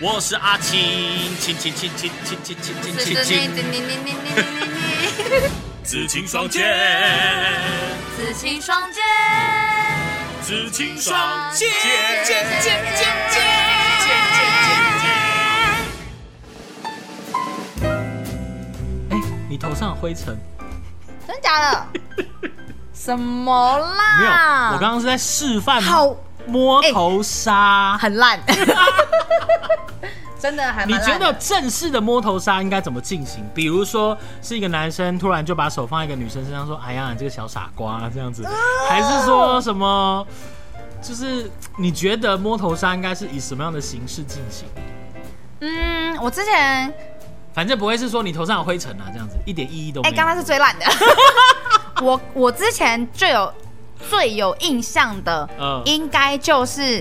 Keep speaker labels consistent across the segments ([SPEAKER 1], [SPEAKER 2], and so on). [SPEAKER 1] 我是阿青，青青青青青青青青青青，紫青双剑，
[SPEAKER 2] 紫青双剑，
[SPEAKER 1] 紫青
[SPEAKER 2] 双
[SPEAKER 1] 剑
[SPEAKER 2] 剑
[SPEAKER 1] 剑剑剑剑剑剑剑剑。哎，你头上有灰尘
[SPEAKER 2] 真假的？什么
[SPEAKER 1] 没有？
[SPEAKER 2] 啦？
[SPEAKER 1] 我刚刚是在示范
[SPEAKER 2] 好
[SPEAKER 1] 摸头杀。
[SPEAKER 2] 很烂， 真的还
[SPEAKER 1] 你
[SPEAKER 2] 蛮
[SPEAKER 1] 觉
[SPEAKER 2] 烂
[SPEAKER 1] 得
[SPEAKER 2] 的。
[SPEAKER 1] 正式的摸头杀应该怎么进行？比如说是一个男生突然就把手放在一个女生身上，说：“哎呀，你这个小傻瓜”这样子，还是说什么？就是你觉得摸头杀应该是以什么样的形式进行？
[SPEAKER 2] 嗯，我之前
[SPEAKER 1] 反正不会是说你头上有灰尘啊，这样子一点意义都没
[SPEAKER 2] 哎，
[SPEAKER 1] 有。
[SPEAKER 2] 刚刚是 最烂的。我我之前最有最有印象的，
[SPEAKER 1] 嗯
[SPEAKER 2] 应该就是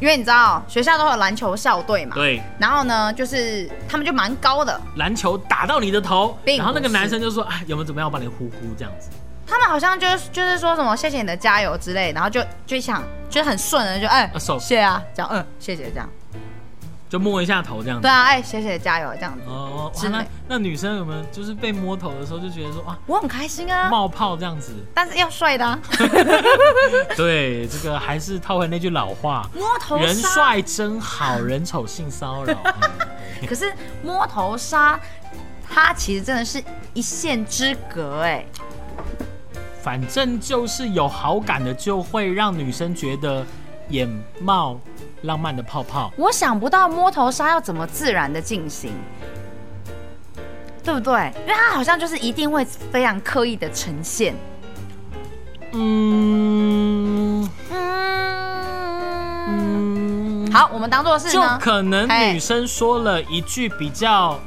[SPEAKER 2] 因为你知道学校都有篮球校队嘛，。
[SPEAKER 1] 对
[SPEAKER 2] 然后呢，就是他们就蛮高的，
[SPEAKER 1] 篮球打到你的头，
[SPEAKER 2] 并
[SPEAKER 1] 然后那个
[SPEAKER 2] 不是
[SPEAKER 1] 男生就说：“哎，有没有怎么样？我把你呼呼这样子。
[SPEAKER 2] 他们好像就是就是说什么谢谢你的加油之类，然后就就想就是很顺的就哎、
[SPEAKER 1] 啊手
[SPEAKER 2] 谢啊这样嗯谢谢这样，”
[SPEAKER 1] 就摸一下头这样子
[SPEAKER 2] 对。啊哎、谢谢加油这样子，
[SPEAKER 1] 哦，哇
[SPEAKER 2] 之类
[SPEAKER 1] 那那女生有没有就是被摸头的时候就觉得说哇
[SPEAKER 2] 我很开心啊，
[SPEAKER 1] 冒泡这样 子？
[SPEAKER 2] 但是要帅的、啊，
[SPEAKER 1] 对，这个还是套回那句老话，
[SPEAKER 2] 摸头
[SPEAKER 1] 人
[SPEAKER 2] 杀，
[SPEAKER 1] 帅真好，人丑性骚 扰。
[SPEAKER 2] 可是摸头杀，它其实真的是一线之隔哎、
[SPEAKER 1] 反正就是有好感的，就会让女生觉得眼冒浪漫的泡泡。
[SPEAKER 2] 我想不到摸头杀要怎么自然的进行，对不对？因为它好像就是一定会非常刻意的呈现。
[SPEAKER 1] 嗯
[SPEAKER 2] 嗯，
[SPEAKER 1] 嗯，
[SPEAKER 2] 好，我们当做是
[SPEAKER 1] 就
[SPEAKER 2] 呢，
[SPEAKER 1] 可能
[SPEAKER 2] 哎
[SPEAKER 1] 女生说了一句比较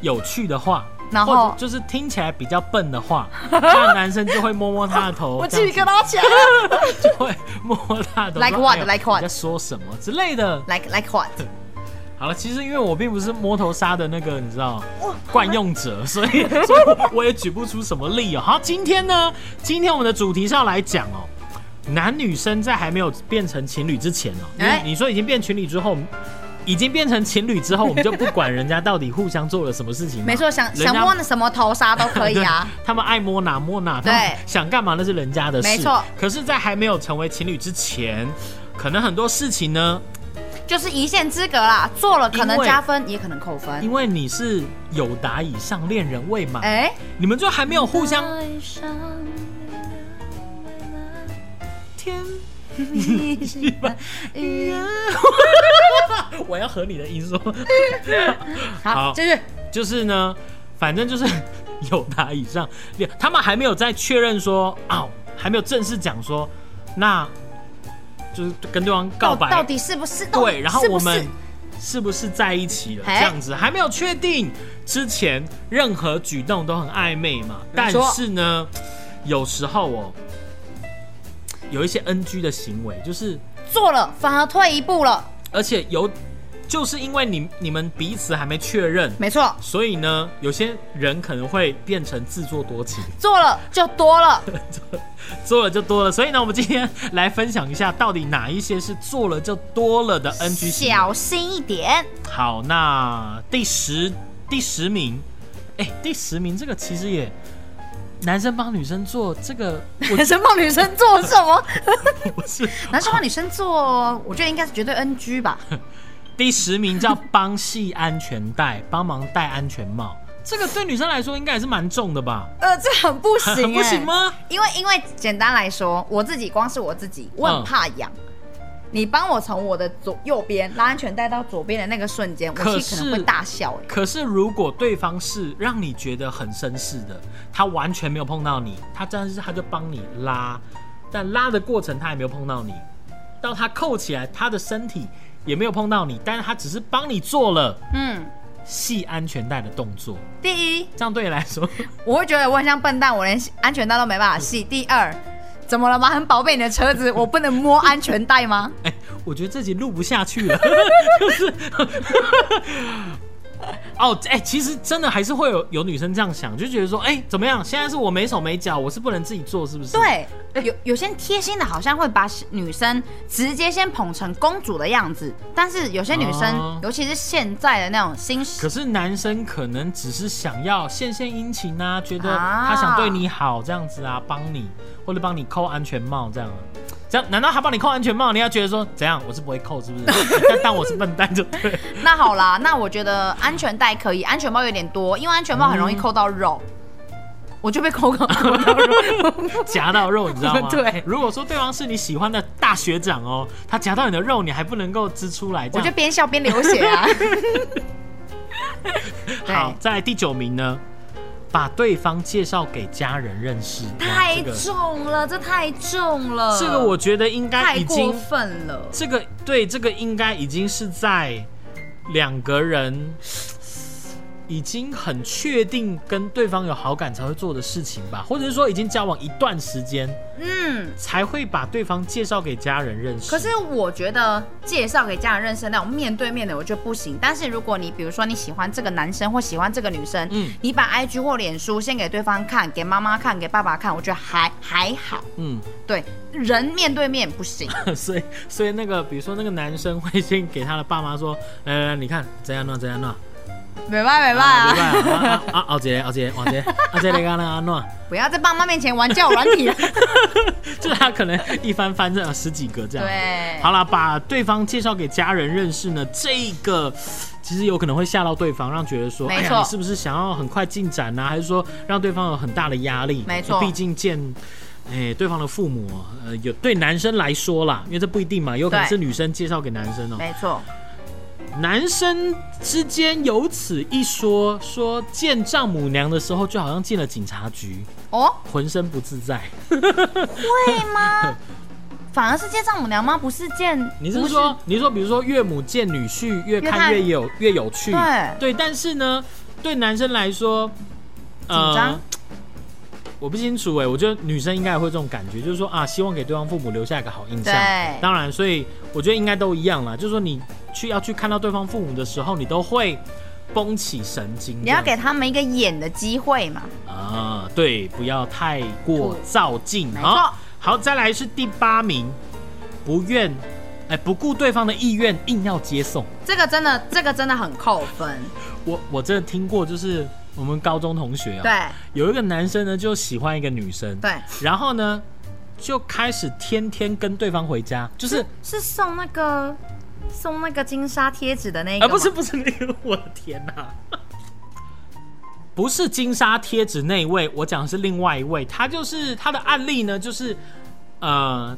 [SPEAKER 1] 有趣的话。
[SPEAKER 2] 然
[SPEAKER 1] 或者
[SPEAKER 2] 后
[SPEAKER 1] 就是听起来比较笨的话，那男生就会摸摸她的头，
[SPEAKER 2] 我
[SPEAKER 1] 这样
[SPEAKER 2] 鸡
[SPEAKER 1] 子
[SPEAKER 2] 皮疙瘩起来了。
[SPEAKER 1] 就会摸摸她的头
[SPEAKER 2] Like
[SPEAKER 1] 说
[SPEAKER 2] what?
[SPEAKER 1] 哎呦
[SPEAKER 2] Like what?
[SPEAKER 1] 你在说什么之类的。
[SPEAKER 2] like like what？
[SPEAKER 1] 好了，其实因为我并不是摸头杀的那个，你知道惯用者，所以 所以我我也举不出什么例哦。好，今天呢，今天我们的主题是要来讲哦，男女生在还没有变成情侣之前哦，因为
[SPEAKER 2] 哎
[SPEAKER 1] 你说已经变情侣之后。已经变成情侣之后，我们就不管人家到底互相做了什么事情嘛。
[SPEAKER 2] 没错，想
[SPEAKER 1] 人家
[SPEAKER 2] 想摸什么头杀都可 以啊。
[SPEAKER 1] 他们爱摸哪摸哪，他
[SPEAKER 2] 对
[SPEAKER 1] 们想干嘛那是人家的事。
[SPEAKER 2] 没错。
[SPEAKER 1] 可是，在还没有成为情侣之前，可能很多事情呢，
[SPEAKER 2] 就是一线之隔啦，做了可能
[SPEAKER 1] 因为
[SPEAKER 2] 加分，也可能扣分。
[SPEAKER 1] 因为你是友达以上恋人未满，
[SPEAKER 2] 哎，
[SPEAKER 1] 你们就还没有互相天。我要和你的音说， 好
[SPEAKER 2] 好，就是
[SPEAKER 1] 就是呢，反正就是友达以上恋，他们还没有在确认说啊，还没有正式讲说，那就是跟对方告
[SPEAKER 2] 到
[SPEAKER 1] 白
[SPEAKER 2] 到底是不是？到
[SPEAKER 1] 对，
[SPEAKER 2] 底
[SPEAKER 1] 然后
[SPEAKER 2] 是不
[SPEAKER 1] 我们
[SPEAKER 2] 是
[SPEAKER 1] 是不是在一起了？这
[SPEAKER 2] 哎
[SPEAKER 1] 样子还没有确定之前，任何举动都很暧昧嘛。但
[SPEAKER 2] 没错
[SPEAKER 1] 是呢，有时候哦，有一些 NG 的行为，就是
[SPEAKER 2] 做了反而退一步了，
[SPEAKER 1] 而且有，就是因为你你们彼此还没确认，
[SPEAKER 2] 没错，
[SPEAKER 1] 所以呢，有些人可能会变成自作多情。
[SPEAKER 2] 做了就多了。
[SPEAKER 1] 做了就多了，所以呢，我们今天来分享一下，到底哪一些是做了就多了的 NG 行为。
[SPEAKER 2] 小心一点，
[SPEAKER 1] 好，那第十第十名，哎、第十名这个其实也男生帮女生做这个，
[SPEAKER 2] 男生帮女生做什么？
[SPEAKER 1] 我不是
[SPEAKER 2] 男生帮女生做，我觉得应该是绝对 NG 吧。
[SPEAKER 1] 第十名叫帮系安全带，帮忙戴安全帽，这个对女生来说应该也是蛮重的吧？
[SPEAKER 2] 呃，这很不 行、
[SPEAKER 1] 很 不行？吗？
[SPEAKER 2] 因为因为简单来说，我自己光是我自己，我很怕痒。你帮我从我的左右边拉安全带到左边的那个瞬间，我
[SPEAKER 1] 可
[SPEAKER 2] 其实可能
[SPEAKER 1] 是
[SPEAKER 2] 会大笑、欸。
[SPEAKER 1] 可是如果对方是让你觉得很绅士的，他完全没有碰到你，他但是他就帮你拉，但拉的过程他也没有碰到你，到他扣起来，他的身体也没有碰到你，但是他只是帮你做了
[SPEAKER 2] 嗯，
[SPEAKER 1] 系安全带的动作，
[SPEAKER 2] 第一，
[SPEAKER 1] 这样对你来说，
[SPEAKER 2] 我会觉得我很像笨蛋，我连安全带都没办法系。第二，怎么了吗？很宝贝你的车 子，我不能摸安全带吗？
[SPEAKER 1] 哎、我觉得这集录不下去了，就是。 哦，哎、其实真的还是会有有女生这样想，就觉得说，哎、怎么样？现在是我没手没脚，我是不能自己做，是不是？，
[SPEAKER 2] 对，有有些贴心的，好像会把女生直接先捧成公主的样子，但是有些女生，
[SPEAKER 1] 哦
[SPEAKER 2] 尤其是现在的那种新
[SPEAKER 1] 可是男生可能只是想要献献殷勤啊，觉得他想对你好这样子啊，帮你或者帮你扣安全帽这样啊。这样难道他帮你扣安全帽，你要觉得说怎样？我是不会扣，是不 是？但但我是笨蛋就对。
[SPEAKER 2] 那好啦，那我觉得安全带可以，安全帽有点多，因为安全帽很容易扣到肉，我就被扣到扣到肉。
[SPEAKER 1] 夹到肉，你知道吗？
[SPEAKER 2] 对
[SPEAKER 1] 如果说对方是你喜欢的大学长哦，他夹到你的肉，你还不能够织出来，这
[SPEAKER 2] 我就
[SPEAKER 1] 样
[SPEAKER 2] 边笑边流血 啊！
[SPEAKER 1] 好
[SPEAKER 2] 对。
[SPEAKER 1] 在第九名呢，把对方介绍给家人认识，哇
[SPEAKER 2] 太
[SPEAKER 1] 这个
[SPEAKER 2] 重了，这太重了，
[SPEAKER 1] 这个我觉得应该
[SPEAKER 2] 太
[SPEAKER 1] 已
[SPEAKER 2] 过
[SPEAKER 1] 经
[SPEAKER 2] 分了。
[SPEAKER 1] 这个对这个应该已经是在两个人已经很确定跟对方有好感才会做的事情吧，或者是说已经交往一段时间
[SPEAKER 2] 嗯，
[SPEAKER 1] 才会把对方介绍给家人认识。
[SPEAKER 2] 可是我觉得介绍给家人认识那种面对面的，我觉得不行。但是如果你比如说你喜欢这个男生或喜欢这个女生，
[SPEAKER 1] 嗯
[SPEAKER 2] 你把 IG 或脸书先给对方看，给妈妈看，给爸爸看，我觉得还还好。
[SPEAKER 1] 嗯。
[SPEAKER 2] 对，人面对面不行。
[SPEAKER 1] 所以所以那个，比如说那个男生会先给他的爸妈说，来来来，你看怎样弄怎样弄，
[SPEAKER 2] 没办没办
[SPEAKER 1] 啊，
[SPEAKER 2] 啊！
[SPEAKER 1] 明白啊啊啊，啊，姐奥姐奥姐，啊姐你看那安弄，
[SPEAKER 2] 不要在爸妈面前玩叫软 体了。
[SPEAKER 1] 就是他可能一翻翻这样十几个这样。啊
[SPEAKER 2] 对，
[SPEAKER 1] 好啦，把对方介绍给家人认识呢，这个其实有可能会吓到对方，让觉得说，
[SPEAKER 2] 没
[SPEAKER 1] 哎呀，
[SPEAKER 2] 错
[SPEAKER 1] 你是不是想要很快进展啊呢、还是说让对方有很大的压力？呃
[SPEAKER 2] 没错
[SPEAKER 1] 毕竟见。哎、对方的父母，呃，有对男生来说啦，因为这不一定嘛，有可能
[SPEAKER 2] 对
[SPEAKER 1] 是女生介绍给男生哦、
[SPEAKER 2] 没错，
[SPEAKER 1] 男生之间有此一说，说见丈母娘的时候就好像进了警察局，
[SPEAKER 2] 哦，
[SPEAKER 1] 浑身不自在。
[SPEAKER 2] 会 吗？反而是见丈母娘吗？不是见？
[SPEAKER 1] 你是
[SPEAKER 2] 不
[SPEAKER 1] 说，你是说，比如说岳母见女婿，越
[SPEAKER 2] 越
[SPEAKER 1] 看
[SPEAKER 2] 看
[SPEAKER 1] 越有越有趣，
[SPEAKER 2] 对
[SPEAKER 1] 但是呢，对男生来说，呃
[SPEAKER 2] 紧张
[SPEAKER 1] 我不清楚哎、我觉得女生应该也会这种感觉，就是说啊，希望给对方父母留下一个好印象。
[SPEAKER 2] 对
[SPEAKER 1] 当然，所以我觉得应该都一样啦，就是说你去要去看到对方父母的时候，你都会绷起神经这样子。
[SPEAKER 2] 你要给他们一个演的机会嘛？
[SPEAKER 1] 啊，对，不要太过照进
[SPEAKER 2] 没
[SPEAKER 1] 啊
[SPEAKER 2] 错。
[SPEAKER 1] 好，再来是第八名，不愿，哎、不顾对方的意愿，硬要接送。
[SPEAKER 2] 这个真的，这个真的很扣分。
[SPEAKER 1] 我我真的听过，就是我们高中同学啊、
[SPEAKER 2] 对
[SPEAKER 1] 有一个男生呢就喜欢一个女生，
[SPEAKER 2] 对，
[SPEAKER 1] 然后呢就开始天天跟对方回家，就是。
[SPEAKER 2] 是送那个送那个金沙贴纸的那个
[SPEAKER 1] 啊，
[SPEAKER 2] 吗，
[SPEAKER 1] 不是不是那个，我的天哪、不是金沙贴纸那一位，我讲的是另外一位，他就是他的案例呢，就是呃，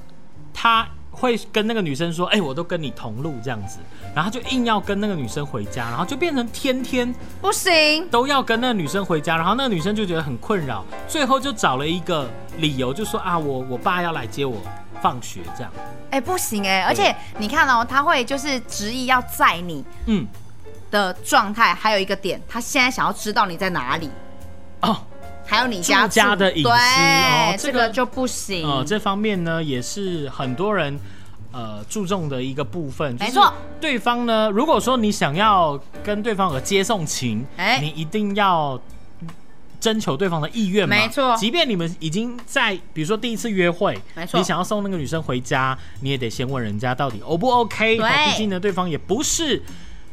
[SPEAKER 1] 他会跟那个女生说，哎、我都跟你同路这样子，然后他就硬要跟那个女生回家，然后就变成天天
[SPEAKER 2] 不行，
[SPEAKER 1] 都要跟那个女生回家，然后那个女生就觉得很困扰，最后就找了一个理由，就说啊，我我爸要来接我放学这样，
[SPEAKER 2] 哎、不行哎、而且你看哦，他会就是执意要载你
[SPEAKER 1] 嗯，
[SPEAKER 2] 的状态，还有一个点，他现在想要知道你在哪里，
[SPEAKER 1] 哦，
[SPEAKER 2] 还有你家
[SPEAKER 1] 住家的隐私
[SPEAKER 2] 对、
[SPEAKER 1] 哦这
[SPEAKER 2] 这
[SPEAKER 1] 个
[SPEAKER 2] 个就不行。
[SPEAKER 1] 呃，这方面呢也是很多人呃注重的一个部分。
[SPEAKER 2] 没错，
[SPEAKER 1] 对方呢，如果说你想要跟对方有接送情，
[SPEAKER 2] 哎
[SPEAKER 1] 你一定要。征求对方的意愿嘛，
[SPEAKER 2] 没错
[SPEAKER 1] 即便你们已经在，比如说第一次约会，
[SPEAKER 2] 没错
[SPEAKER 1] 你想要送那个女生回家，你也得先问人家到底 O 不 OK。
[SPEAKER 2] 对
[SPEAKER 1] 哦毕竟呢，对方也不是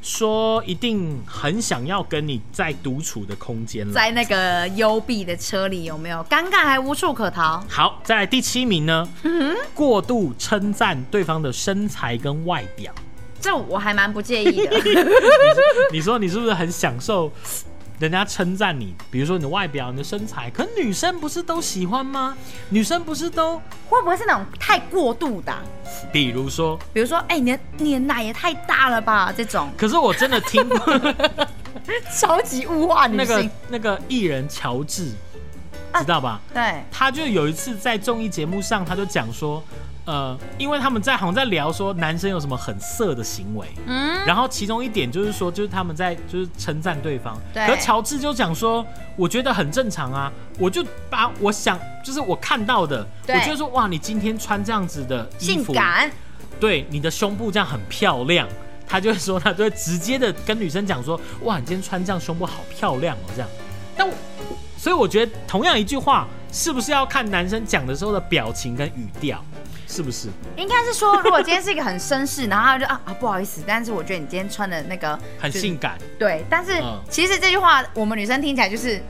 [SPEAKER 1] 说一定很想要跟你在独处的空间了。
[SPEAKER 2] 在那个幽闭的车里有没有尴尬还无处可逃？
[SPEAKER 1] 好，再来第七名呢，过度称赞对方的身材跟外表。
[SPEAKER 2] 这我还蛮不介意的。
[SPEAKER 1] 你说你是不是很享受人家称赞你？比如说你的外表、你的身材，可女生不是都喜欢吗？女生不是都，
[SPEAKER 2] 会不会是那种太过度的啊、
[SPEAKER 1] 比如说，
[SPEAKER 2] 比如说，哎、你的你的奶也太大了吧？这种
[SPEAKER 1] 可是我真的听过
[SPEAKER 2] 超级物化女
[SPEAKER 1] 那个
[SPEAKER 2] 性，
[SPEAKER 1] 那个艺人乔治，
[SPEAKER 2] 啊
[SPEAKER 1] 知道吧？
[SPEAKER 2] 对，
[SPEAKER 1] 他就有一次在综艺节目上，他就讲说，呃，因为他们在好像在聊说男生有什么很色的行为，
[SPEAKER 2] 嗯，
[SPEAKER 1] 然后其中一点就是说，就是他们在就是称赞对方，
[SPEAKER 2] 对
[SPEAKER 1] 可乔治就讲说，我觉得很正常啊，我就把我想就是我看到的，我
[SPEAKER 2] 对
[SPEAKER 1] 觉得说哇，你今天穿这样子的衣
[SPEAKER 2] 性
[SPEAKER 1] 服，
[SPEAKER 2] 感，
[SPEAKER 1] 对，你的胸部这样很漂亮。他就会说，他就会直接的跟女生讲说，哇，你今天穿这样胸部好漂亮哦，这样。但我所以我觉得同样一句话，是不是要看男生讲的时候的表情跟语调，是不是？
[SPEAKER 2] 应该是说，如果今天是一个很绅士，然后他就啊啊不好意思，但是我觉得你今天穿的那个
[SPEAKER 1] 很
[SPEAKER 2] 就是
[SPEAKER 1] 性感，
[SPEAKER 2] 对，但是
[SPEAKER 1] 嗯
[SPEAKER 2] 其实这句话我们女生听起来就是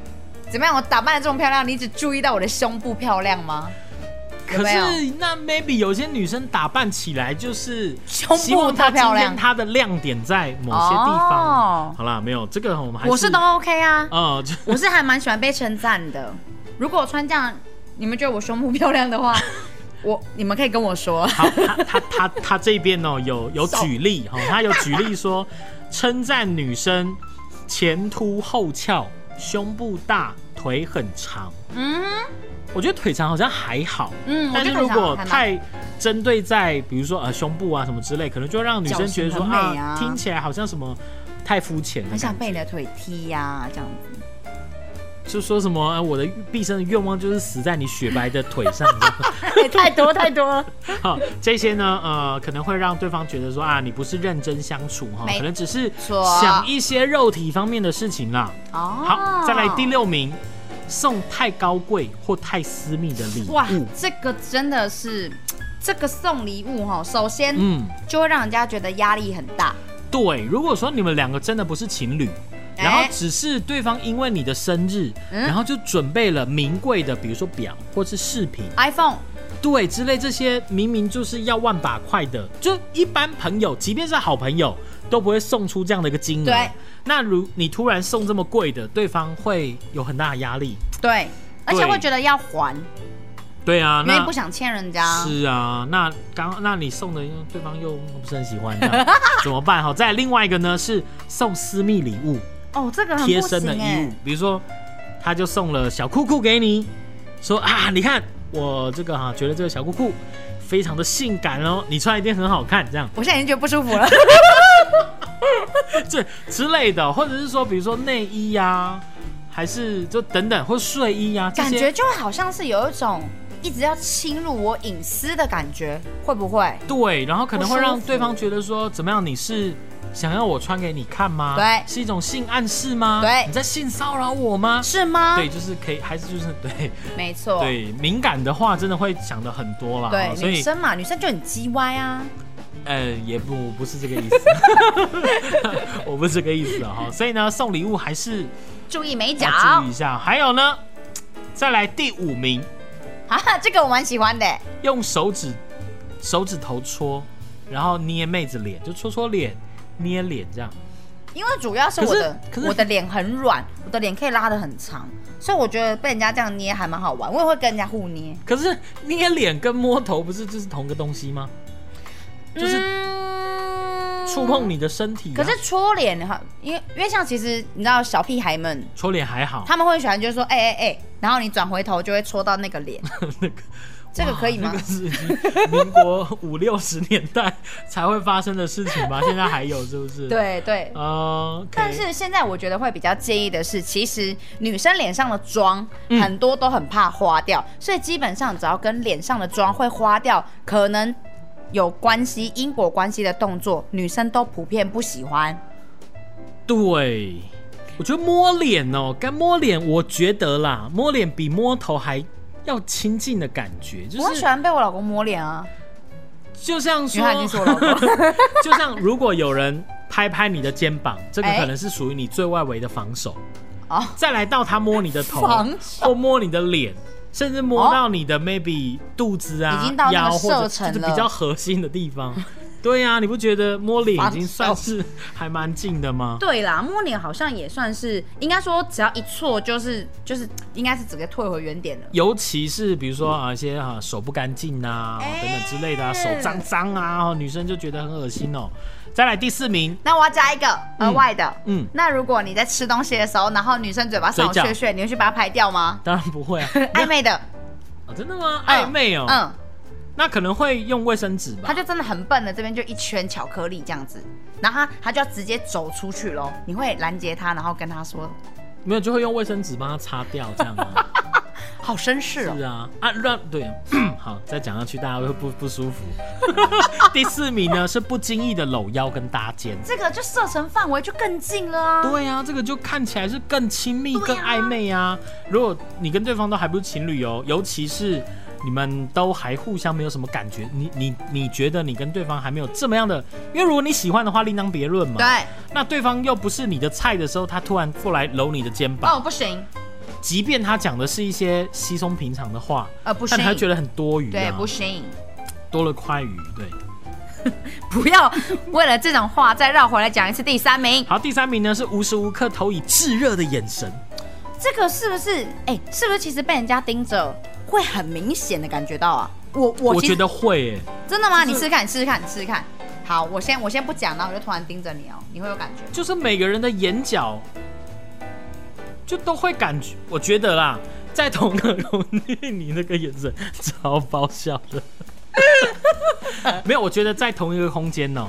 [SPEAKER 2] 怎么样？我打扮的这么漂亮，你只注意到我的胸部漂亮吗？有
[SPEAKER 1] 可
[SPEAKER 2] 没有？
[SPEAKER 1] 是那 maybe 有些女生打扮起来就是
[SPEAKER 2] 胸部
[SPEAKER 1] 希望她
[SPEAKER 2] 特漂
[SPEAKER 1] 今
[SPEAKER 2] 亮
[SPEAKER 1] 天她的亮点在某些地方。
[SPEAKER 2] 哦
[SPEAKER 1] 好啦，没有这个我们还
[SPEAKER 2] 我是都 OK 啊，
[SPEAKER 1] 呃，就
[SPEAKER 2] 我是还蛮喜欢被称赞的。如果我穿这样，你们觉得我胸部漂亮 的话，我你们可以跟我说。
[SPEAKER 1] 好，他他他他这边哦有有
[SPEAKER 2] 少
[SPEAKER 1] 举例哈、哦，他有举例说称赞女生前凸后翘、胸部大、腿很长。
[SPEAKER 2] 嗯哼
[SPEAKER 1] 我觉得腿长好像还好，
[SPEAKER 2] 嗯，
[SPEAKER 1] 但是
[SPEAKER 2] 我觉得
[SPEAKER 1] 如果
[SPEAKER 2] 很好看啊
[SPEAKER 1] 太针对在比如说呃胸部啊什么之类，可能就会让女生觉得说
[SPEAKER 2] 脚型很美啊
[SPEAKER 1] 听起来好像什么太肤浅了，
[SPEAKER 2] 很想被你的腿踢呀、这样子。
[SPEAKER 1] 就说什么、呃我的毕生的愿望就是死在你雪白的腿上。这样
[SPEAKER 2] 也 太多太多了。
[SPEAKER 1] 好，这些呢，呃，可能会让对方觉得说啊，你不是认真相处哈，
[SPEAKER 2] 没
[SPEAKER 1] 可能只是
[SPEAKER 2] 错
[SPEAKER 1] 想一些肉体方面的事情啦。
[SPEAKER 2] 哦，
[SPEAKER 1] 好，再来第。六名，送太高贵或太私密的礼
[SPEAKER 2] 哇
[SPEAKER 1] 物。，
[SPEAKER 2] 这个真的是，这个送礼物哈，首先
[SPEAKER 1] 嗯，
[SPEAKER 2] 就会让人家觉得压力很大。
[SPEAKER 1] 对，如果说你们两个真的不是情侣。
[SPEAKER 2] 哎
[SPEAKER 1] 然后只是对方因为你的生日，
[SPEAKER 2] 嗯
[SPEAKER 1] 然后就准备了名贵的，比如说表或是饰品，
[SPEAKER 2] iPhone
[SPEAKER 1] 对之类这些明明就是要万把块的，就一般朋友，即便是好朋友，都不会送出这样的一个金额。
[SPEAKER 2] 对，
[SPEAKER 1] 那如你突然送这么贵的，对方会有很大的压力。
[SPEAKER 2] 对，而且会觉得要还，
[SPEAKER 1] 对啊，
[SPEAKER 2] 因为
[SPEAKER 1] 那
[SPEAKER 2] 不想欠人家。
[SPEAKER 1] 是啊，那刚那你送的对方又不是很喜欢，这样怎么办？好，再来另外一个呢是送私密礼物，
[SPEAKER 2] 哦，这个很
[SPEAKER 1] 贴
[SPEAKER 2] 不
[SPEAKER 1] 身的
[SPEAKER 2] 行
[SPEAKER 1] 衣
[SPEAKER 2] 哎
[SPEAKER 1] 物，，比如说他就送了小裤裤给你，说啊，你看我这个哈、觉得这个小裤裤非常的性感哦，你穿一定很好看，这样
[SPEAKER 2] 我现在已经觉得不舒服了。
[SPEAKER 1] 这之类的，或者是说比如说内衣呀、还是就等等或睡衣呀、这
[SPEAKER 2] 感
[SPEAKER 1] 些
[SPEAKER 2] 觉就好像是有一种一直要侵入我隐私的感觉，会不会？
[SPEAKER 1] 对，然后可能会让
[SPEAKER 2] 不舒服
[SPEAKER 1] 对方觉得说怎么样，你是想要我穿给你看吗？
[SPEAKER 2] 对
[SPEAKER 1] 是一种性暗示吗？
[SPEAKER 2] 对啊
[SPEAKER 1] 你在性骚扰我吗？
[SPEAKER 2] 是吗？
[SPEAKER 1] 啊对，就是可以，还是就是对
[SPEAKER 2] 没错。
[SPEAKER 1] 对，敏感的话真的会想的很多啦。
[SPEAKER 2] 哦对
[SPEAKER 1] 哦所
[SPEAKER 2] 女
[SPEAKER 1] 以
[SPEAKER 2] 生嘛，女生就很叽歪啊。
[SPEAKER 1] 呃，也不不是这个意思， 我不是这个意思哈、所以呢，送礼物还是
[SPEAKER 2] 注意美角
[SPEAKER 1] 要注
[SPEAKER 2] 啊
[SPEAKER 1] 意 一，下。还有呢，再来第五名，
[SPEAKER 2] 这个我蛮喜欢的。欸
[SPEAKER 1] 用手指手指头戳，然后捏妹子脸，就戳戳脸，捏脸这样。
[SPEAKER 2] 因为主要是我的
[SPEAKER 1] 可是可是
[SPEAKER 2] 我的脸很软，我的脸可以拉得很长，所以我觉得被人家这样捏还蛮好玩。我也会跟人家互捏，
[SPEAKER 1] 可是捏脸跟摸头不是就是同个东西吗？就是
[SPEAKER 2] 嗯
[SPEAKER 1] 触碰。你的身体、啊。
[SPEAKER 2] 可是戳脸哈，因为因为像其实你知道小屁孩们，
[SPEAKER 1] 戳脸还好，
[SPEAKER 2] 他们会喜欢就是说哎哎哎，然后你转回头就会戳到那个 脸，
[SPEAKER 1] 那个
[SPEAKER 2] 这个可以 吗
[SPEAKER 1] 那个？是已经民国五六十年代才会发生的事情吧？现在还有是不是？。
[SPEAKER 2] 对对。
[SPEAKER 1] 呃，可
[SPEAKER 2] 但
[SPEAKER 1] 以
[SPEAKER 2] 是现在我觉得会比较介意的是，其实女生脸上的妆
[SPEAKER 1] 嗯
[SPEAKER 2] 很多都很怕花掉，所以基本上只要跟脸上的妆会花掉，可能有关系因果关系的动作，女生都普遍不喜欢。
[SPEAKER 1] 对，我觉得摸脸哦，跟摸脸，我觉得啦，摸脸比摸头还要亲近的感觉，就
[SPEAKER 2] 我很喜
[SPEAKER 1] 是
[SPEAKER 2] 欢被我老公摸脸啊，
[SPEAKER 1] 就像
[SPEAKER 2] 因为他已经是
[SPEAKER 1] 说，
[SPEAKER 2] 我老公。
[SPEAKER 1] 就像如果有人拍拍你的肩膀，这个
[SPEAKER 2] 哎
[SPEAKER 1] 可能是属于你最外围的防守。
[SPEAKER 2] 哦
[SPEAKER 1] 再来到他摸你的头
[SPEAKER 2] 防，哦
[SPEAKER 1] 或摸你的脸，甚至摸到你的 maybe 肚子啊、
[SPEAKER 2] 已经到那个
[SPEAKER 1] 腰或者
[SPEAKER 2] 射程
[SPEAKER 1] 就是
[SPEAKER 2] 了
[SPEAKER 1] 比较核心的地方。对呀、啊，你不觉得摸脸已经算
[SPEAKER 2] 防
[SPEAKER 1] 是还蛮近的吗？
[SPEAKER 2] 对啦，摸脸好像也算是，应该说只要一错就是就是应该是直接退回原点了。
[SPEAKER 1] 尤其是比如说啊，一些啊手不干净啊、
[SPEAKER 2] 哎
[SPEAKER 1] 等等之类的啊，手脏脏啊，哦女生就觉得很恶心哦。再来第四名，
[SPEAKER 2] 那我要加一个额外的，
[SPEAKER 1] 嗯嗯
[SPEAKER 2] 那如果你在吃东西的时候，然后女生嘴巴上有
[SPEAKER 1] 嘴角
[SPEAKER 2] 血血，你会去把它排掉吗？
[SPEAKER 1] 当然不 会啊，
[SPEAKER 2] 暧昧的，
[SPEAKER 1] 哦真的吗？暧昧哦，
[SPEAKER 2] 嗯，
[SPEAKER 1] 那可能会用卫生纸吧
[SPEAKER 2] 他。就真的很笨的，这边就一圈巧克力这样子，然后他他就要直接走出去喽。你会拦截他，然后跟他说，
[SPEAKER 1] 没有就会用卫生纸帮它擦掉这样啊。
[SPEAKER 2] 好绅士哦
[SPEAKER 1] 是。啊，啊让对， 好，再讲下去大家会不不舒 服。第四名呢是不经意的搂腰跟搭肩，
[SPEAKER 2] 这个就射程范围就更近了啊。
[SPEAKER 1] 对啊，这个就看起来是更亲密、
[SPEAKER 2] 对
[SPEAKER 1] 更
[SPEAKER 2] 啊
[SPEAKER 1] 暧昧啊。如果你跟对方都还不是情侣哦，尤其是你们都还互相没有什么感觉，你你你觉得你跟对方还没有这么样的，因为如果你喜欢的话，另当别论嘛。
[SPEAKER 2] 对，
[SPEAKER 1] 那对方又不是你的菜的时候，他突然过来搂你的肩膀，
[SPEAKER 2] 哦，不行，
[SPEAKER 1] 即便他讲的是一些稀松平常的话，
[SPEAKER 2] 呃，不
[SPEAKER 1] 但
[SPEAKER 2] 行，
[SPEAKER 1] 他觉得很多余、啊，
[SPEAKER 2] 对，不行，
[SPEAKER 1] 多了块鱼，对。
[SPEAKER 2] 不要 为了这种话再绕回来讲一次第三名，
[SPEAKER 1] 好，第三名呢是无时无刻投以炙热的眼神，
[SPEAKER 2] 这个是不是？哎，是不是其实被人家盯着会很明显的感觉到啊？我
[SPEAKER 1] 我
[SPEAKER 2] 我其
[SPEAKER 1] 觉
[SPEAKER 2] 实
[SPEAKER 1] 得会、欸，
[SPEAKER 2] 真的吗？
[SPEAKER 1] 就
[SPEAKER 2] 你
[SPEAKER 1] 是
[SPEAKER 2] 试试看，你试试看，你试试看。好，我先我先不讲，然后我就突然盯着你哦，你会有感觉。
[SPEAKER 1] 就是每个人的眼角就都会感觉，我觉得啦，在同个容易，你那个眼神超爆笑的。 没有，我觉得在同一个空间哦，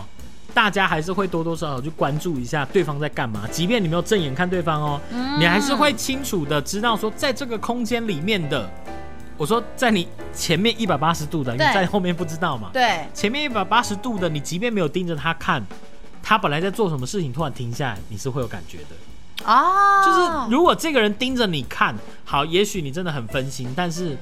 [SPEAKER 1] 大家还是会多多少少去关注一下对方在干嘛，即便你没有正眼看对方哦，你还是会清楚的知道说，在这个空间里面的，我说在你前面一百八十度的，你
[SPEAKER 2] 对
[SPEAKER 1] 在后面不知道嘛，
[SPEAKER 2] 对，
[SPEAKER 1] 前面一百八十度的，你即便没有盯着他看，他本来在做什么事情，突然停下来，你是会有感觉的。
[SPEAKER 2] 哦，
[SPEAKER 1] 就是如果这个人盯着你看，好，也许你真的很分心，但是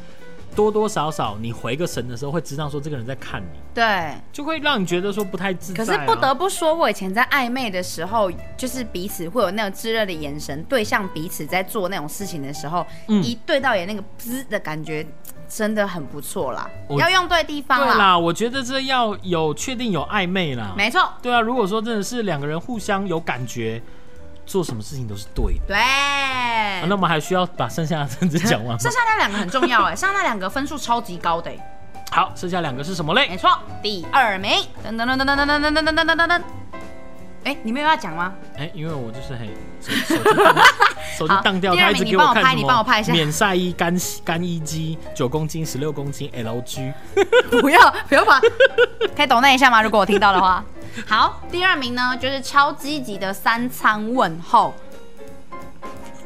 [SPEAKER 1] 多多少少你回个神的时候，会知道说这个人在看你，
[SPEAKER 2] 对。
[SPEAKER 1] 就会让你觉得说不太自在、
[SPEAKER 2] 可
[SPEAKER 1] 啊。
[SPEAKER 2] 是不得不说，我以前在暧昧的时候，就是彼此会有那种炙热的眼神，对象彼此在做那种事情的时候，
[SPEAKER 1] 嗯
[SPEAKER 2] 一对到眼那个滋的感觉，真的很不错啦。
[SPEAKER 1] 我
[SPEAKER 2] 要用对地方
[SPEAKER 1] 对
[SPEAKER 2] 啦，
[SPEAKER 1] 啦，我觉得这要有确定有暧昧啦。
[SPEAKER 2] 没错，
[SPEAKER 1] 对啊，如果说真的是两个人互相有感觉，做什么事情都是对的。
[SPEAKER 2] 对。
[SPEAKER 1] 啊、那我们还需要把剩下的政治讲完吗？
[SPEAKER 2] 剩下那两个很重要哎，剩下那两个分数超级高的哎，
[SPEAKER 1] 好，剩下两个是什么嘞？
[SPEAKER 2] 没错，第二名，噔噔噔噔噔噔噔噔噔噔噔噔，哎，你们有要讲吗？
[SPEAKER 1] 哎、因为我就是很手手机当手机当掉，
[SPEAKER 2] 好第二
[SPEAKER 1] 他一直
[SPEAKER 2] 名
[SPEAKER 1] 给
[SPEAKER 2] 你帮我
[SPEAKER 1] 看
[SPEAKER 2] 拍
[SPEAKER 1] 什么
[SPEAKER 2] 你帮我拍一下
[SPEAKER 1] 免晒衣干干衣机九公斤、十六公斤 LG，
[SPEAKER 2] 不要不要管，可以抖那一下吗？如果我听到的话。好，第二名呢就是超积极的三餐问候。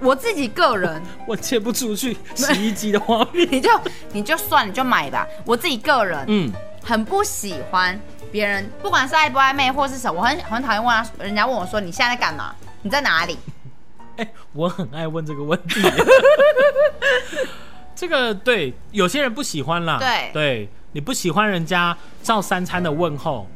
[SPEAKER 2] 我自己个人，
[SPEAKER 1] 我切不出去洗衣机的画面。
[SPEAKER 2] 你就你就算你就买吧。我自己个人
[SPEAKER 1] 嗯，
[SPEAKER 2] 很不喜欢别人，不管是暧不暧昧或是什么，我很很讨厌问他，人家问我说你现在在干嘛？你在哪里？
[SPEAKER 1] 哎、我很爱问这个问题。这个对有些人不喜欢啦，
[SPEAKER 2] 对
[SPEAKER 1] 对你不喜欢人家照三餐的问候，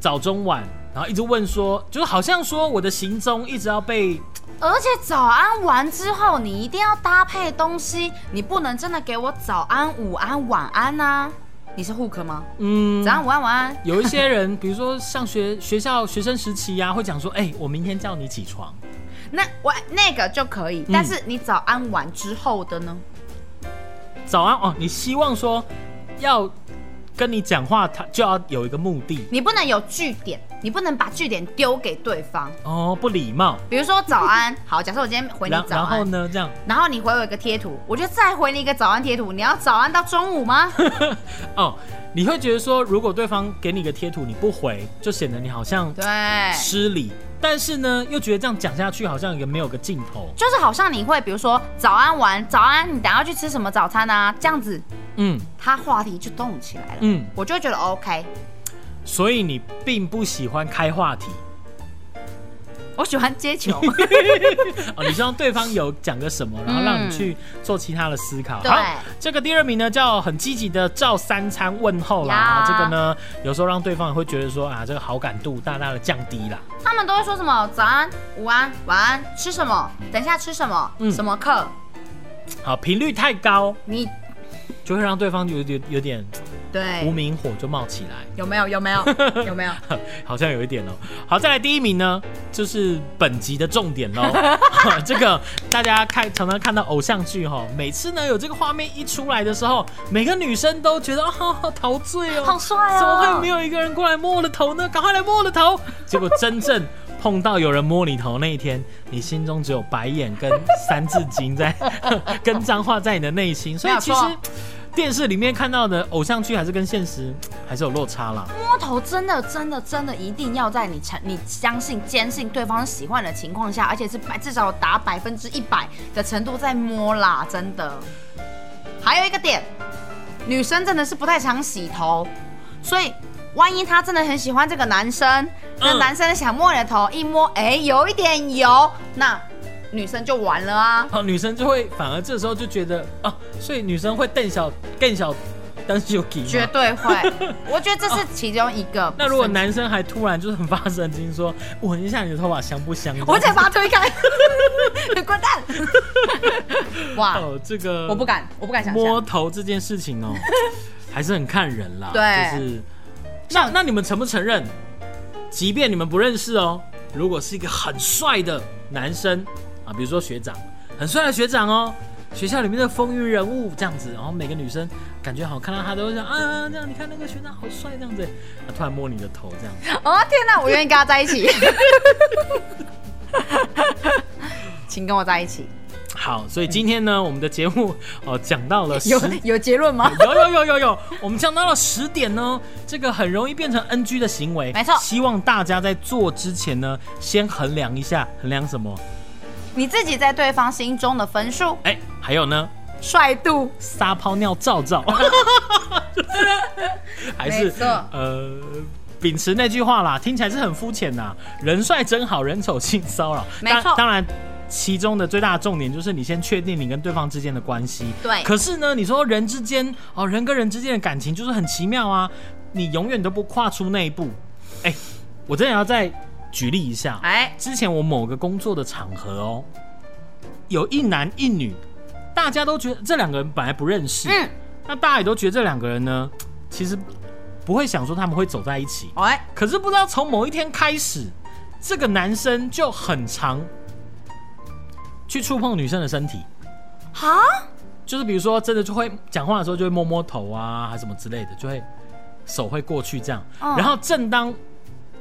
[SPEAKER 1] 早中晚，然后一直问说，就是好像说我的行踪一直要被
[SPEAKER 2] 而且早安完之后，你一定要搭配东西，你不能真的给我早安、午安、晚安啊！你是 hook 吗？
[SPEAKER 1] 嗯
[SPEAKER 2] 早安、午安、晚安。
[SPEAKER 1] 有一些人，比如说上学学校学生时期呀、会讲说，哎、我明天叫你起床，
[SPEAKER 2] 那我那个就可
[SPEAKER 1] 嗯
[SPEAKER 2] 以，但是你早安完之后的呢？
[SPEAKER 1] 早安哦，你希望说要跟你讲话，他就要有一个目的
[SPEAKER 2] 你不能有据点，你不能把据点丢给对方。
[SPEAKER 1] 哦，不礼貌。
[SPEAKER 2] 比如说早 安，好，假设我今天回你
[SPEAKER 1] 然
[SPEAKER 2] 早
[SPEAKER 1] 然
[SPEAKER 2] 安，
[SPEAKER 1] 后呢，这样
[SPEAKER 2] 然后你回我一个贴图，我就再回你一个早安贴图。你要早安到中 午吗？
[SPEAKER 1] 哦，你会觉得说，如果对方给你个贴图你不回，就显得你好像
[SPEAKER 2] 对，
[SPEAKER 1] 失礼，但是呢，又觉得这样讲下去好像也没有个尽头。
[SPEAKER 2] 就是好像你会，比如说早安完，早安，你等下要去吃什么早餐啊？这样子，
[SPEAKER 1] 嗯
[SPEAKER 2] 他话题就动起来了。
[SPEAKER 1] 嗯，
[SPEAKER 2] 我就会觉得 OK，
[SPEAKER 1] 所以你并不喜欢开话题
[SPEAKER 2] 我喜欢接球。
[SPEAKER 1] 哦，你希望对方有讲个什么，然后让你去做其他的思考。
[SPEAKER 2] 嗯对
[SPEAKER 1] 好，这个第二名呢，叫很积极的照三餐问候啦。
[SPEAKER 2] 呀
[SPEAKER 1] 啊这个呢，有时候让对方也会觉得说啊，这个好感度大大的降低啦。
[SPEAKER 2] 他们都会说什么早安、午安、晚安，吃什么？等一下吃什么？
[SPEAKER 1] 嗯
[SPEAKER 2] 什么课？
[SPEAKER 1] 好，频率太高
[SPEAKER 2] 你
[SPEAKER 1] 就会让对方有点有点无
[SPEAKER 2] 对
[SPEAKER 1] 名火就冒起来，
[SPEAKER 2] 有没有有没有有没有？
[SPEAKER 1] 好像有一点哦。好，再来第一名呢，就是本集的重点喽。 这个大家看常常看到偶像剧哈、哦，每次呢有这个画面一出来的时候，每个女生都觉得啊、好陶醉哦，
[SPEAKER 2] 好帅哦！
[SPEAKER 1] 怎么会没有一个人过来摸我的头呢？赶快来摸我的头！结果真正碰到有人摸你头那一天，你心中只有白眼跟三字经在， 跟脏话在你的内心。所以
[SPEAKER 2] 没有
[SPEAKER 1] 其
[SPEAKER 2] 错
[SPEAKER 1] 实电视里面看到的偶像剧还是跟现实还是有落差啦。
[SPEAKER 2] 摸头？真的真的真的一定要在你成你相信坚信对方喜欢的情况下，而且是百至少达百分之一百的程度在摸啦，真的。还有一个点，女生真的是不太常洗头，所以万一她真的很喜欢这个男生，那
[SPEAKER 1] 嗯
[SPEAKER 2] 男生想摸你的头，一摸，哎、有一点油，那女生就完了啊。
[SPEAKER 1] 哦，女生就会反而这时候就觉得啊，所以女生会瞪小更小瞪小鸡。
[SPEAKER 2] 绝对会， 我觉得这是其中一个。
[SPEAKER 1] 那如果，男生还突然就是很发神经说，闻一下你的头发香不香？
[SPEAKER 2] 我直接把他推 开，你滚蛋！ 哇，
[SPEAKER 1] 哦，这个
[SPEAKER 2] 我不敢，我不敢想
[SPEAKER 1] 摸
[SPEAKER 2] 象。
[SPEAKER 1] 头这件事情 哦，还是很看人啦。
[SPEAKER 2] 对
[SPEAKER 1] 就是那
[SPEAKER 2] 像
[SPEAKER 1] 那你们承不承认？即便你们不认识哦，如果是一个很帅的男生啊，比如说学长，很帅的学长哦，学校里面的风云人物这样子，然后每个女生感觉好看到他都会想啊，这样你看那个学长好帅这样子，啊、突然摸你的头这样子，
[SPEAKER 2] 哦天哪，我愿意跟他在一 起，请跟我在一起。
[SPEAKER 1] 好，所以今天呢，我们的节目哦讲到了
[SPEAKER 2] 有
[SPEAKER 1] 十
[SPEAKER 2] 有结论吗？
[SPEAKER 1] 有有有有有，我们讲到了十点呢，这个很容易变成 NG 的行为。
[SPEAKER 2] 没错
[SPEAKER 1] 希望大家在做之前呢，先衡量一下，衡量什么？
[SPEAKER 2] 你自己在对方心中的分数、
[SPEAKER 1] 哎、还有呢，
[SPEAKER 2] 帅度，
[SPEAKER 1] 撒泡尿照 照，还
[SPEAKER 2] 没
[SPEAKER 1] 是
[SPEAKER 2] 错
[SPEAKER 1] 呃。秉持那句话啦，听起来是很肤浅呐。人帅真好，人丑性骚扰。
[SPEAKER 2] 没
[SPEAKER 1] 当
[SPEAKER 2] 错
[SPEAKER 1] 当然，其中的最大的重点就是你先确定你跟对方之间的关系。
[SPEAKER 2] 对
[SPEAKER 1] 可是呢，你说人之间哦，人跟人之间的感情就是很奇妙啊，你永远都不跨出那一步。哎、我真的要再举例一下，
[SPEAKER 2] 哎，
[SPEAKER 1] 之前我某个工作的场合哦，有一男一女，大家都觉得这两个人本来不认识，
[SPEAKER 2] 嗯，
[SPEAKER 1] 那大家也都觉得这两个人呢，其实不会想说他们会走在一起。
[SPEAKER 2] 哎，
[SPEAKER 1] 可是不知道从某一天开始，这个男生就很常去触碰女生的身体，
[SPEAKER 2] 哈，
[SPEAKER 1] 就是比如说真的就会讲话的时候就会摸摸头啊，还什么之类的，就会手会过去这样。
[SPEAKER 2] 嗯
[SPEAKER 1] 然后正当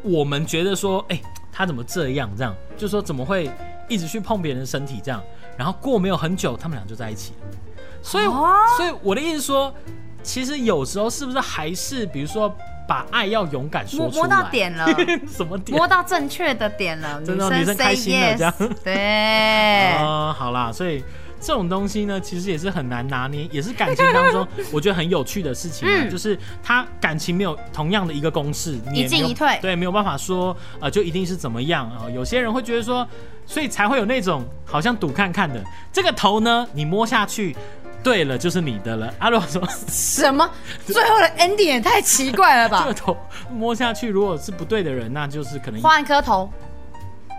[SPEAKER 1] 我们觉得说，哎、他怎么这样这样，就说怎么会一直去碰别人的身体这样，然后过没有很久，他们俩就在一起了。所以，
[SPEAKER 2] 哦
[SPEAKER 1] 所以我的意思说，其实有时候是不是还是比如说把爱要勇敢说
[SPEAKER 2] 摸
[SPEAKER 1] 出来，
[SPEAKER 2] 摸到点了。
[SPEAKER 1] 什么点？啊
[SPEAKER 2] 摸到正确的点了，
[SPEAKER 1] 真
[SPEAKER 2] 女
[SPEAKER 1] 的哦女生
[SPEAKER 2] say
[SPEAKER 1] 开心了这样
[SPEAKER 2] yes，对，
[SPEAKER 1] 啊、好啦，所以这种东西呢，其实也是很难拿捏，也是感情当 中我觉得很有趣的事情、啊，
[SPEAKER 2] 嗯
[SPEAKER 1] 就是它感情没有同样的一个公式，你也
[SPEAKER 2] 一进
[SPEAKER 1] 没有
[SPEAKER 2] 一退
[SPEAKER 1] 对，没有办法说呃就一定是怎么样啊、有些人会觉得说，所以才会有那种好像赌看看的，这个头呢，你摸下去。对了，就是你的了。阿 洛说，
[SPEAKER 2] 什么？最后的 ending 也太奇怪了
[SPEAKER 1] 这
[SPEAKER 2] 吧
[SPEAKER 1] 个？头摸下去，如果是不对的人，那就是可能
[SPEAKER 2] 换一颗头，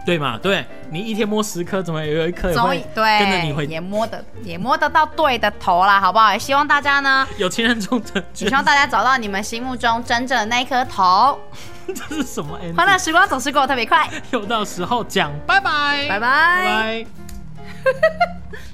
[SPEAKER 1] 对嘛？对你一天摸十颗，怎么有一颗也
[SPEAKER 2] 终
[SPEAKER 1] 会
[SPEAKER 2] 于对，
[SPEAKER 1] 跟着你
[SPEAKER 2] 也
[SPEAKER 1] 会
[SPEAKER 2] 摸得也摸得到对的头啦，好不好？也希望大家 呢，
[SPEAKER 1] 有情人终成
[SPEAKER 2] 也
[SPEAKER 1] 眷
[SPEAKER 2] 希望
[SPEAKER 1] 属。
[SPEAKER 2] 大家找到你们心目中真正的那一颗头。
[SPEAKER 1] 这是什么 ending？
[SPEAKER 2] 欢乐时光总是过 得特别快，
[SPEAKER 1] 又到时候讲，拜拜，
[SPEAKER 2] 拜
[SPEAKER 1] 拜
[SPEAKER 2] 拜。
[SPEAKER 1] 拜。